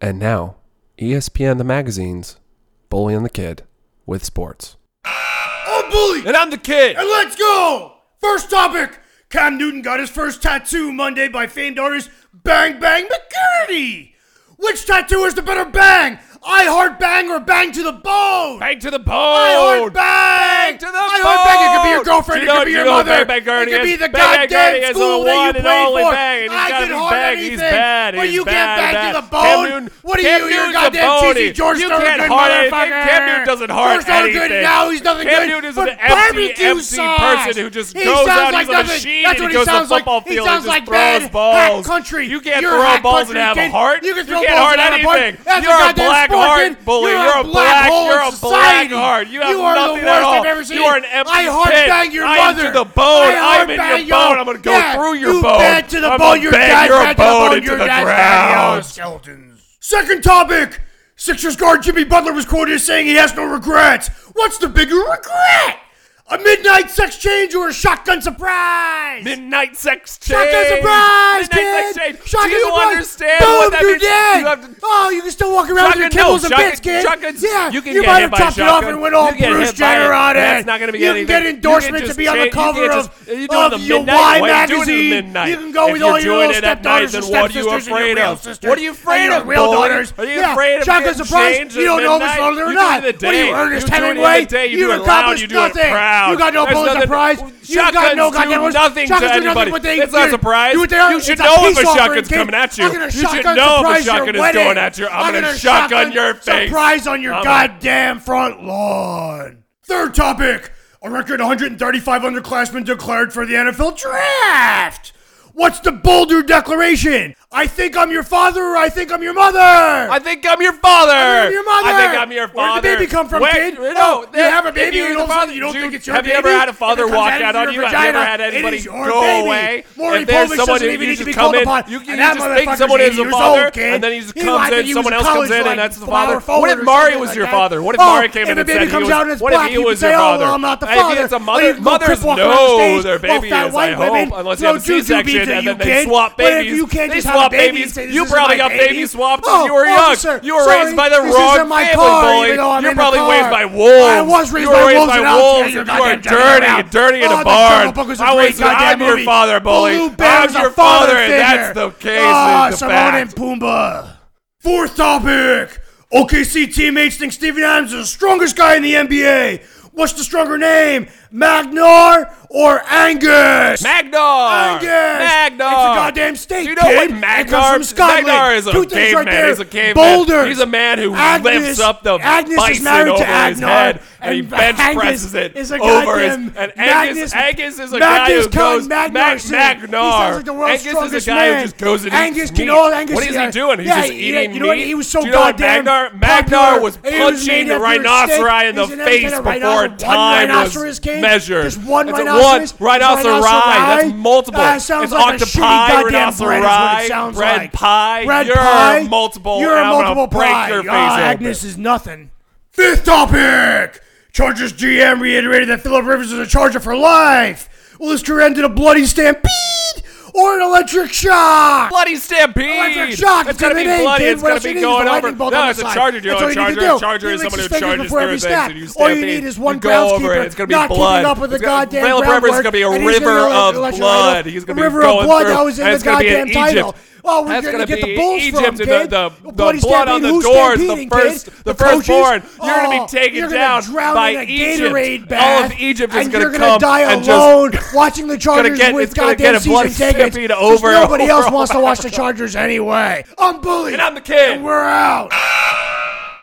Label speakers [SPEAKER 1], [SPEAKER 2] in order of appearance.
[SPEAKER 1] And now, E ESPN the magazine's Bully and the Kid with sports.
[SPEAKER 2] I'm Bully,
[SPEAKER 1] And I'm the kid.
[SPEAKER 2] and let's go! First topic Cam Newton got his first tattoo Monday by famed artist Bang Bang McCurdy! Which tattoo is the better bang? I heart bang or bang to the bone?
[SPEAKER 1] Bang to the bone.
[SPEAKER 2] I heart bang!
[SPEAKER 1] Bang to the
[SPEAKER 2] I heart bang! It could be your
[SPEAKER 1] bone!
[SPEAKER 2] girlfriend,
[SPEAKER 1] You
[SPEAKER 2] it
[SPEAKER 1] know-
[SPEAKER 2] could be
[SPEAKER 1] you
[SPEAKER 2] your
[SPEAKER 1] know
[SPEAKER 2] mother,
[SPEAKER 1] Bang
[SPEAKER 2] it
[SPEAKER 1] Bang
[SPEAKER 2] could be
[SPEAKER 1] Gurney
[SPEAKER 2] the
[SPEAKER 1] is- Bang Bang Gurney
[SPEAKER 2] goddamn
[SPEAKER 1] is the
[SPEAKER 2] school
[SPEAKER 1] one
[SPEAKER 2] that you
[SPEAKER 1] and
[SPEAKER 2] played
[SPEAKER 1] only
[SPEAKER 2] for.
[SPEAKER 1] bang, and he's
[SPEAKER 2] I can
[SPEAKER 1] gotta be
[SPEAKER 2] heart
[SPEAKER 1] bang, he's
[SPEAKER 2] anything.
[SPEAKER 1] bad,
[SPEAKER 2] Well,
[SPEAKER 1] he's
[SPEAKER 2] you
[SPEAKER 1] bad,
[SPEAKER 2] can't bang to
[SPEAKER 1] bad.
[SPEAKER 2] the
[SPEAKER 1] Cam
[SPEAKER 2] bone. what
[SPEAKER 1] Newton-
[SPEAKER 2] are
[SPEAKER 1] Cam
[SPEAKER 2] you, you're
[SPEAKER 1] Newton's a
[SPEAKER 2] goddamn
[SPEAKER 1] bony.
[SPEAKER 2] cheesy George
[SPEAKER 1] You
[SPEAKER 2] Thurgood
[SPEAKER 1] can't heart anything.
[SPEAKER 2] motherfucker.
[SPEAKER 1] Cam Newton doesn't heart
[SPEAKER 2] George Thurgood,
[SPEAKER 1] anything.
[SPEAKER 2] now he's nothing
[SPEAKER 1] Cam
[SPEAKER 2] good.
[SPEAKER 1] Newton's
[SPEAKER 2] for
[SPEAKER 1] an empty,
[SPEAKER 2] barbecue
[SPEAKER 1] empty
[SPEAKER 2] sauce.
[SPEAKER 1] person who just
[SPEAKER 2] he
[SPEAKER 1] goes
[SPEAKER 2] sounds
[SPEAKER 1] out,
[SPEAKER 2] like
[SPEAKER 1] he's a
[SPEAKER 2] nothing.
[SPEAKER 1] machine,
[SPEAKER 2] That's
[SPEAKER 1] he
[SPEAKER 2] what
[SPEAKER 1] goes to
[SPEAKER 2] he sounds like.
[SPEAKER 1] football
[SPEAKER 2] he
[SPEAKER 1] field and
[SPEAKER 2] sounds
[SPEAKER 1] just
[SPEAKER 2] like
[SPEAKER 1] throws
[SPEAKER 2] bad
[SPEAKER 1] balls.
[SPEAKER 2] Hack country.
[SPEAKER 1] You can't
[SPEAKER 2] You're
[SPEAKER 1] throw
[SPEAKER 2] hack
[SPEAKER 1] balls
[SPEAKER 2] country,
[SPEAKER 1] and have a
[SPEAKER 2] kid.
[SPEAKER 1] heart.
[SPEAKER 2] You can
[SPEAKER 1] You
[SPEAKER 2] throw
[SPEAKER 1] can't
[SPEAKER 2] balls
[SPEAKER 1] heart
[SPEAKER 2] and have heart.
[SPEAKER 1] anything.
[SPEAKER 2] That's
[SPEAKER 1] You're a
[SPEAKER 2] goddamn
[SPEAKER 1] black
[SPEAKER 2] sport,
[SPEAKER 1] heart
[SPEAKER 2] kid.
[SPEAKER 1] bully.
[SPEAKER 2] You're,
[SPEAKER 1] You're
[SPEAKER 2] a
[SPEAKER 1] a
[SPEAKER 2] black,
[SPEAKER 1] black-
[SPEAKER 2] hole
[SPEAKER 1] you're
[SPEAKER 2] in
[SPEAKER 1] a black
[SPEAKER 2] society.
[SPEAKER 1] heart. You have
[SPEAKER 2] are the
[SPEAKER 1] nothing
[SPEAKER 2] worst
[SPEAKER 1] at all.
[SPEAKER 2] I've ever seen.
[SPEAKER 1] You are an empty
[SPEAKER 2] I heart
[SPEAKER 1] pit.
[SPEAKER 2] bang your
[SPEAKER 1] I am
[SPEAKER 2] mother.
[SPEAKER 1] to the bone.
[SPEAKER 2] I
[SPEAKER 1] I'm
[SPEAKER 2] heart
[SPEAKER 1] in
[SPEAKER 2] bang
[SPEAKER 1] your bone.
[SPEAKER 2] yo.
[SPEAKER 1] I'm gonna go
[SPEAKER 2] Yeah,
[SPEAKER 1] through your
[SPEAKER 2] you
[SPEAKER 1] bone.
[SPEAKER 2] bad to the
[SPEAKER 1] I'm
[SPEAKER 2] bone.
[SPEAKER 1] a
[SPEAKER 2] Your
[SPEAKER 1] bang
[SPEAKER 2] dad's
[SPEAKER 1] your
[SPEAKER 2] bad to
[SPEAKER 1] bone
[SPEAKER 2] the bone.
[SPEAKER 1] into
[SPEAKER 2] Your
[SPEAKER 1] the
[SPEAKER 2] dad's
[SPEAKER 1] ground.
[SPEAKER 2] bad. Skeletons. Second topic. Sixers guard Jimmy Butler was quoted as saying he has no regrets. What's the bigger regret? A midnight sex change or a shotgun surprise?
[SPEAKER 1] Midnight sex change.
[SPEAKER 2] Shotgun surprise,
[SPEAKER 1] Midnight
[SPEAKER 2] kid!
[SPEAKER 1] sex change.
[SPEAKER 2] Shotgun
[SPEAKER 1] Do you
[SPEAKER 2] surprise!
[SPEAKER 1] understand
[SPEAKER 2] Boom,
[SPEAKER 1] what that
[SPEAKER 2] you're
[SPEAKER 1] means?
[SPEAKER 2] dead!
[SPEAKER 1] You have to
[SPEAKER 2] oh, you can still walk around with your
[SPEAKER 1] Shotgun, no,
[SPEAKER 2] kibbles and
[SPEAKER 1] shotgun-
[SPEAKER 2] bits, kid.
[SPEAKER 1] shotguns-
[SPEAKER 2] yeah,
[SPEAKER 1] you can
[SPEAKER 2] you
[SPEAKER 1] get
[SPEAKER 2] might
[SPEAKER 1] hit
[SPEAKER 2] have
[SPEAKER 1] by a
[SPEAKER 2] chopped it off
[SPEAKER 1] shotgun.
[SPEAKER 2] and went all
[SPEAKER 1] You get
[SPEAKER 2] Bruce
[SPEAKER 1] hit by
[SPEAKER 2] Jenner
[SPEAKER 1] it.
[SPEAKER 2] on it.
[SPEAKER 1] That's not gonna be
[SPEAKER 2] You
[SPEAKER 1] anything.
[SPEAKER 2] can get
[SPEAKER 1] You can
[SPEAKER 2] endorsements
[SPEAKER 1] just
[SPEAKER 2] to be on the
[SPEAKER 1] change- you can't
[SPEAKER 2] cover
[SPEAKER 1] just-
[SPEAKER 2] of,
[SPEAKER 1] you do it on
[SPEAKER 2] of
[SPEAKER 1] the
[SPEAKER 2] your
[SPEAKER 1] midnight.
[SPEAKER 2] Y
[SPEAKER 1] Why do it in the
[SPEAKER 2] magazine.
[SPEAKER 1] midnight?
[SPEAKER 2] You can go
[SPEAKER 1] If
[SPEAKER 2] with
[SPEAKER 1] you're
[SPEAKER 2] all your
[SPEAKER 1] doing
[SPEAKER 2] little
[SPEAKER 1] it at
[SPEAKER 2] stepdaughters
[SPEAKER 1] night,
[SPEAKER 2] and
[SPEAKER 1] then what are you
[SPEAKER 2] stepsisters and your
[SPEAKER 1] afraid
[SPEAKER 2] real
[SPEAKER 1] of?
[SPEAKER 2] sisters.
[SPEAKER 1] What are you
[SPEAKER 2] And
[SPEAKER 1] afraid
[SPEAKER 2] your
[SPEAKER 1] of,
[SPEAKER 2] real
[SPEAKER 1] boy?
[SPEAKER 2] daughters.
[SPEAKER 1] Are you
[SPEAKER 2] Yeah,
[SPEAKER 1] afraid of
[SPEAKER 2] Shotgun
[SPEAKER 1] getting
[SPEAKER 2] surprise.
[SPEAKER 1] changed
[SPEAKER 2] You
[SPEAKER 1] at
[SPEAKER 2] don't know if it's
[SPEAKER 1] midnight?
[SPEAKER 2] loaded or
[SPEAKER 1] You do it
[SPEAKER 2] not.
[SPEAKER 1] in the
[SPEAKER 2] What are
[SPEAKER 1] day.
[SPEAKER 2] you, Ernest
[SPEAKER 1] You do it in the
[SPEAKER 2] Hemingway?
[SPEAKER 1] day. You do it loud.
[SPEAKER 2] accomplished
[SPEAKER 1] You do it
[SPEAKER 2] nothing.
[SPEAKER 1] proud.
[SPEAKER 2] You got no
[SPEAKER 1] There's
[SPEAKER 2] bullets
[SPEAKER 1] nothing-
[SPEAKER 2] of prize. You got no
[SPEAKER 1] shotguns do
[SPEAKER 2] goddamn
[SPEAKER 1] nothing to
[SPEAKER 2] shotguns do
[SPEAKER 1] anybody.
[SPEAKER 2] nothing what they
[SPEAKER 1] That's not a
[SPEAKER 2] do.
[SPEAKER 1] surprise.
[SPEAKER 2] Do what they are.
[SPEAKER 1] You should
[SPEAKER 2] It's a
[SPEAKER 1] know if a
[SPEAKER 2] peace offering,
[SPEAKER 1] shotgun's
[SPEAKER 2] kid.
[SPEAKER 1] coming at you.
[SPEAKER 2] I'm gonna
[SPEAKER 1] You should
[SPEAKER 2] shotgun
[SPEAKER 1] know if a
[SPEAKER 2] surprise your
[SPEAKER 1] shotgun is
[SPEAKER 2] wedding.
[SPEAKER 1] going at you. I'm gonna shotgun your face.
[SPEAKER 2] Surprise on your
[SPEAKER 1] I'm gonna-
[SPEAKER 2] goddamn front lawn. Third topic. A record 135 underclassmen declared for the NFL draft. What's the Boulder Declaration? I think I'm your father or I think I'm your mother.
[SPEAKER 1] I think I'm your father.
[SPEAKER 2] I think I'm your mother.
[SPEAKER 1] I think I'm your
[SPEAKER 2] Where
[SPEAKER 1] father.
[SPEAKER 2] did the baby come from,
[SPEAKER 1] Where-
[SPEAKER 2] kid?
[SPEAKER 1] No,
[SPEAKER 2] Oh, you
[SPEAKER 1] that-
[SPEAKER 2] have a
[SPEAKER 1] if
[SPEAKER 2] baby
[SPEAKER 1] you're
[SPEAKER 2] and
[SPEAKER 1] the
[SPEAKER 2] all of a sudden
[SPEAKER 1] father-
[SPEAKER 2] you don't
[SPEAKER 1] do
[SPEAKER 2] think it's your
[SPEAKER 1] have you
[SPEAKER 2] baby?
[SPEAKER 1] ever had
[SPEAKER 2] If
[SPEAKER 1] a
[SPEAKER 2] it
[SPEAKER 1] father
[SPEAKER 2] comes
[SPEAKER 1] walk
[SPEAKER 2] out of
[SPEAKER 1] out on
[SPEAKER 2] your
[SPEAKER 1] you? Have you ever
[SPEAKER 2] vagina,
[SPEAKER 1] had
[SPEAKER 2] it is
[SPEAKER 1] anybody
[SPEAKER 2] your
[SPEAKER 1] go
[SPEAKER 2] baby.
[SPEAKER 1] away?
[SPEAKER 2] Maury
[SPEAKER 1] if there's
[SPEAKER 2] Povich
[SPEAKER 1] someone
[SPEAKER 2] doesn't
[SPEAKER 1] who
[SPEAKER 2] even need
[SPEAKER 1] you
[SPEAKER 2] to
[SPEAKER 1] just
[SPEAKER 2] be
[SPEAKER 1] come
[SPEAKER 2] called
[SPEAKER 1] in,
[SPEAKER 2] upon.
[SPEAKER 1] you, can-
[SPEAKER 2] And
[SPEAKER 1] you
[SPEAKER 2] that
[SPEAKER 1] just think
[SPEAKER 2] motherfucker's
[SPEAKER 1] someone is
[SPEAKER 2] 80
[SPEAKER 1] a
[SPEAKER 2] years
[SPEAKER 1] father,
[SPEAKER 2] old, kid.
[SPEAKER 1] and then he just
[SPEAKER 2] He
[SPEAKER 1] comes
[SPEAKER 2] lied that
[SPEAKER 1] in,
[SPEAKER 2] he
[SPEAKER 1] someone
[SPEAKER 2] was
[SPEAKER 1] else
[SPEAKER 2] in
[SPEAKER 1] comes in,
[SPEAKER 2] college, like,
[SPEAKER 1] and that's the
[SPEAKER 2] from our
[SPEAKER 1] father.
[SPEAKER 2] forward
[SPEAKER 1] What
[SPEAKER 2] or
[SPEAKER 1] if Mari
[SPEAKER 2] something
[SPEAKER 1] was
[SPEAKER 2] like
[SPEAKER 1] your
[SPEAKER 2] that?
[SPEAKER 1] father? What if
[SPEAKER 2] Oh,
[SPEAKER 1] Mari came
[SPEAKER 2] if
[SPEAKER 1] in
[SPEAKER 2] a
[SPEAKER 1] and
[SPEAKER 2] baby
[SPEAKER 1] said he
[SPEAKER 2] comes
[SPEAKER 1] was?
[SPEAKER 2] out and it's
[SPEAKER 1] What if
[SPEAKER 2] black,
[SPEAKER 1] he
[SPEAKER 2] you
[SPEAKER 1] was
[SPEAKER 2] can
[SPEAKER 1] your
[SPEAKER 2] say, "Oh,
[SPEAKER 1] father?
[SPEAKER 2] well, I'm not the
[SPEAKER 1] I think
[SPEAKER 2] father."
[SPEAKER 1] it's a
[SPEAKER 2] Or
[SPEAKER 1] mother.
[SPEAKER 2] you can go
[SPEAKER 1] mothers
[SPEAKER 2] crip walk around
[SPEAKER 1] know
[SPEAKER 2] the stage,
[SPEAKER 1] their
[SPEAKER 2] throw
[SPEAKER 1] baby
[SPEAKER 2] fat
[SPEAKER 1] is. I
[SPEAKER 2] white women,
[SPEAKER 1] hope, unless you
[SPEAKER 2] throw
[SPEAKER 1] have a
[SPEAKER 2] juju
[SPEAKER 1] C-section
[SPEAKER 2] beads at
[SPEAKER 1] and
[SPEAKER 2] you,
[SPEAKER 1] then they
[SPEAKER 2] kid.
[SPEAKER 1] swap
[SPEAKER 2] What if
[SPEAKER 1] babies.
[SPEAKER 2] you can't
[SPEAKER 1] They
[SPEAKER 2] just have a
[SPEAKER 1] swap
[SPEAKER 2] baby and
[SPEAKER 1] babies.
[SPEAKER 2] say, "This
[SPEAKER 1] You
[SPEAKER 2] isn't
[SPEAKER 1] probably
[SPEAKER 2] my
[SPEAKER 1] got
[SPEAKER 2] baby."
[SPEAKER 1] baby swapped
[SPEAKER 2] Oh,
[SPEAKER 1] when you were young.
[SPEAKER 2] officer,
[SPEAKER 1] You were
[SPEAKER 2] sorry,
[SPEAKER 1] raised by the
[SPEAKER 2] this
[SPEAKER 1] wrong
[SPEAKER 2] isn't my car,
[SPEAKER 1] family,
[SPEAKER 2] even though
[SPEAKER 1] bully.
[SPEAKER 2] I'm
[SPEAKER 1] You're
[SPEAKER 2] in the
[SPEAKER 1] probably
[SPEAKER 2] car.
[SPEAKER 1] raised by
[SPEAKER 2] I
[SPEAKER 1] wolves.
[SPEAKER 2] was raised
[SPEAKER 1] You were
[SPEAKER 2] by
[SPEAKER 1] raised
[SPEAKER 2] wolves
[SPEAKER 1] by
[SPEAKER 2] and I'll
[SPEAKER 1] wolves.
[SPEAKER 2] tell
[SPEAKER 1] You
[SPEAKER 2] you
[SPEAKER 1] are
[SPEAKER 2] goddamn dirty
[SPEAKER 1] dirty,
[SPEAKER 2] now.
[SPEAKER 1] and dirty in
[SPEAKER 2] Oh,
[SPEAKER 1] a
[SPEAKER 2] the
[SPEAKER 1] barn.
[SPEAKER 2] Jungle Book was a
[SPEAKER 1] I
[SPEAKER 2] great
[SPEAKER 1] was. I'm
[SPEAKER 2] goddamn
[SPEAKER 1] your
[SPEAKER 2] movie.
[SPEAKER 1] father, bully.
[SPEAKER 2] Blue Bear's
[SPEAKER 1] I'm
[SPEAKER 2] a
[SPEAKER 1] your father, and
[SPEAKER 2] figure.
[SPEAKER 1] that's the case.
[SPEAKER 2] Ah,
[SPEAKER 1] is the
[SPEAKER 2] Simone
[SPEAKER 1] fact.
[SPEAKER 2] and Pumbaa. Fourth topic. OKC teammates think Steven Adams is the strongest guy in the NBA. What's the stronger name, Magnar or Angus?
[SPEAKER 1] Magnar!
[SPEAKER 2] Angus. It's a goddamn steak,
[SPEAKER 1] Do you know
[SPEAKER 2] kid.
[SPEAKER 1] what
[SPEAKER 2] It comes
[SPEAKER 1] Magnar?
[SPEAKER 2] from Scotland.
[SPEAKER 1] Magnar is a
[SPEAKER 2] Two things right
[SPEAKER 1] caveman.
[SPEAKER 2] there.
[SPEAKER 1] He's a caveman.
[SPEAKER 2] Boulders.
[SPEAKER 1] He's a man who
[SPEAKER 2] Agnes-
[SPEAKER 1] lifts up the
[SPEAKER 2] Agnes
[SPEAKER 1] bison
[SPEAKER 2] is married
[SPEAKER 1] over
[SPEAKER 2] to
[SPEAKER 1] his
[SPEAKER 2] Agnar,
[SPEAKER 1] head and, he
[SPEAKER 2] and
[SPEAKER 1] bench
[SPEAKER 2] Angus
[SPEAKER 1] presses it
[SPEAKER 2] is a
[SPEAKER 1] over his.
[SPEAKER 2] goddamn
[SPEAKER 1] And Angus,
[SPEAKER 2] Magnus-
[SPEAKER 1] Angus is a guy
[SPEAKER 2] Magnus
[SPEAKER 1] who goes.
[SPEAKER 2] Cunn Magnar
[SPEAKER 1] Mag-
[SPEAKER 2] Singh. He sounds like the
[SPEAKER 1] Magnar.
[SPEAKER 2] world's
[SPEAKER 1] Angus is
[SPEAKER 2] strongest
[SPEAKER 1] a guy who
[SPEAKER 2] man.
[SPEAKER 1] just goes and
[SPEAKER 2] Angus
[SPEAKER 1] eats
[SPEAKER 2] can
[SPEAKER 1] meat.
[SPEAKER 2] all- Angus
[SPEAKER 1] What is
[SPEAKER 2] can-
[SPEAKER 1] he doing? He's
[SPEAKER 2] yeah,
[SPEAKER 1] just
[SPEAKER 2] he-
[SPEAKER 1] eating
[SPEAKER 2] you know what?
[SPEAKER 1] meat?
[SPEAKER 2] He was so
[SPEAKER 1] Do you know what
[SPEAKER 2] goddamn
[SPEAKER 1] Magnar?
[SPEAKER 2] popular.
[SPEAKER 1] Magnar was
[SPEAKER 2] He was
[SPEAKER 1] punching
[SPEAKER 2] made
[SPEAKER 1] the
[SPEAKER 2] after his
[SPEAKER 1] rhinoceri
[SPEAKER 2] steak.
[SPEAKER 1] in the
[SPEAKER 2] He's an independent
[SPEAKER 1] face before
[SPEAKER 2] rhino- one
[SPEAKER 1] time was
[SPEAKER 2] rhinoceros, kid?
[SPEAKER 1] measured.
[SPEAKER 2] Just one
[SPEAKER 1] It's a
[SPEAKER 2] rhinoceros?
[SPEAKER 1] One rhinoceri. That's
[SPEAKER 2] Rhinoceri?
[SPEAKER 1] multiple.
[SPEAKER 2] That sounds
[SPEAKER 1] it's
[SPEAKER 2] like a shitty
[SPEAKER 1] octopi,
[SPEAKER 2] goddamn bread is what
[SPEAKER 1] rhinoceri,
[SPEAKER 2] it sounds
[SPEAKER 1] bread
[SPEAKER 2] like.
[SPEAKER 1] pie.
[SPEAKER 2] Bread
[SPEAKER 1] You're
[SPEAKER 2] pie.
[SPEAKER 1] multiple.
[SPEAKER 2] You're a
[SPEAKER 1] I'm gonna
[SPEAKER 2] multiple
[SPEAKER 1] break
[SPEAKER 2] pie.
[SPEAKER 1] your face
[SPEAKER 2] Ah,
[SPEAKER 1] open.
[SPEAKER 2] Agnes is nothing. Fifth topic. Chargers GM reiterated that Philip Rivers is a Charger for life. Will his career end in a bloody stampede or an electric shock?
[SPEAKER 1] Bloody stampede!
[SPEAKER 2] Electric shock.
[SPEAKER 1] It's
[SPEAKER 2] It's
[SPEAKER 1] gonna
[SPEAKER 2] in
[SPEAKER 1] be
[SPEAKER 2] the name,
[SPEAKER 1] bloody.
[SPEAKER 2] kid.
[SPEAKER 1] It's
[SPEAKER 2] What
[SPEAKER 1] gonna
[SPEAKER 2] else you
[SPEAKER 1] be
[SPEAKER 2] need is a
[SPEAKER 1] going over.
[SPEAKER 2] lightning bolt
[SPEAKER 1] no,
[SPEAKER 2] on
[SPEAKER 1] it's
[SPEAKER 2] the
[SPEAKER 1] a
[SPEAKER 2] side.
[SPEAKER 1] charger. You
[SPEAKER 2] That's
[SPEAKER 1] know,
[SPEAKER 2] all you
[SPEAKER 1] a
[SPEAKER 2] need to
[SPEAKER 1] charger. A
[SPEAKER 2] do.
[SPEAKER 1] charger
[SPEAKER 2] He
[SPEAKER 1] is
[SPEAKER 2] licks
[SPEAKER 1] someone
[SPEAKER 2] his
[SPEAKER 1] who
[SPEAKER 2] fingers
[SPEAKER 1] charges
[SPEAKER 2] before
[SPEAKER 1] through
[SPEAKER 2] every
[SPEAKER 1] things
[SPEAKER 2] snap.
[SPEAKER 1] and you
[SPEAKER 2] All you
[SPEAKER 1] stampede.
[SPEAKER 2] need is one
[SPEAKER 1] You go over
[SPEAKER 2] groundskeeper
[SPEAKER 1] it. It's gonna be
[SPEAKER 2] not keeping
[SPEAKER 1] blood.
[SPEAKER 2] up with the
[SPEAKER 1] It's gonna-
[SPEAKER 2] goddamn
[SPEAKER 1] Philip Rivers is gonna be a
[SPEAKER 2] groundwork, and he's gonna
[SPEAKER 1] river
[SPEAKER 2] let
[SPEAKER 1] of
[SPEAKER 2] the electric
[SPEAKER 1] blood.
[SPEAKER 2] light up.
[SPEAKER 1] He's
[SPEAKER 2] a
[SPEAKER 1] gonna be
[SPEAKER 2] river
[SPEAKER 1] going
[SPEAKER 2] of blood
[SPEAKER 1] through,
[SPEAKER 2] that was in
[SPEAKER 1] and
[SPEAKER 2] the
[SPEAKER 1] it's gonna be in
[SPEAKER 2] goddamn title.
[SPEAKER 1] Egypt.
[SPEAKER 2] Oh, we're
[SPEAKER 1] That's
[SPEAKER 2] gonna,
[SPEAKER 1] gonna
[SPEAKER 2] get
[SPEAKER 1] be
[SPEAKER 2] the bulls
[SPEAKER 1] Egypt
[SPEAKER 2] from
[SPEAKER 1] and the-
[SPEAKER 2] kid.
[SPEAKER 1] the-
[SPEAKER 2] Well,
[SPEAKER 1] the
[SPEAKER 2] bloody
[SPEAKER 1] blood on
[SPEAKER 2] stampede.
[SPEAKER 1] the
[SPEAKER 2] Who's
[SPEAKER 1] doors, the
[SPEAKER 2] stampeding,
[SPEAKER 1] first-
[SPEAKER 2] kid?
[SPEAKER 1] the firstborn.
[SPEAKER 2] coaches?
[SPEAKER 1] You're gonna be
[SPEAKER 2] Oh,
[SPEAKER 1] taken
[SPEAKER 2] you're gonna
[SPEAKER 1] down
[SPEAKER 2] drown
[SPEAKER 1] by
[SPEAKER 2] in a
[SPEAKER 1] Egypt.
[SPEAKER 2] Gatorade
[SPEAKER 1] All
[SPEAKER 2] bath,
[SPEAKER 1] of Egypt is
[SPEAKER 2] and
[SPEAKER 1] gonna
[SPEAKER 2] you're
[SPEAKER 1] come
[SPEAKER 2] die
[SPEAKER 1] and just-
[SPEAKER 2] alone watching the
[SPEAKER 1] gonna
[SPEAKER 2] Chargers
[SPEAKER 1] get-
[SPEAKER 2] with
[SPEAKER 1] it's gonna
[SPEAKER 2] goddamn
[SPEAKER 1] get a bloody
[SPEAKER 2] season tickets.
[SPEAKER 1] stampede
[SPEAKER 2] 'cause
[SPEAKER 1] over-
[SPEAKER 2] Nobody else
[SPEAKER 1] over
[SPEAKER 2] wants to
[SPEAKER 1] all
[SPEAKER 2] watch the Chargers anyway. I'm bullied.
[SPEAKER 1] And I'm the kid.
[SPEAKER 2] And we're out.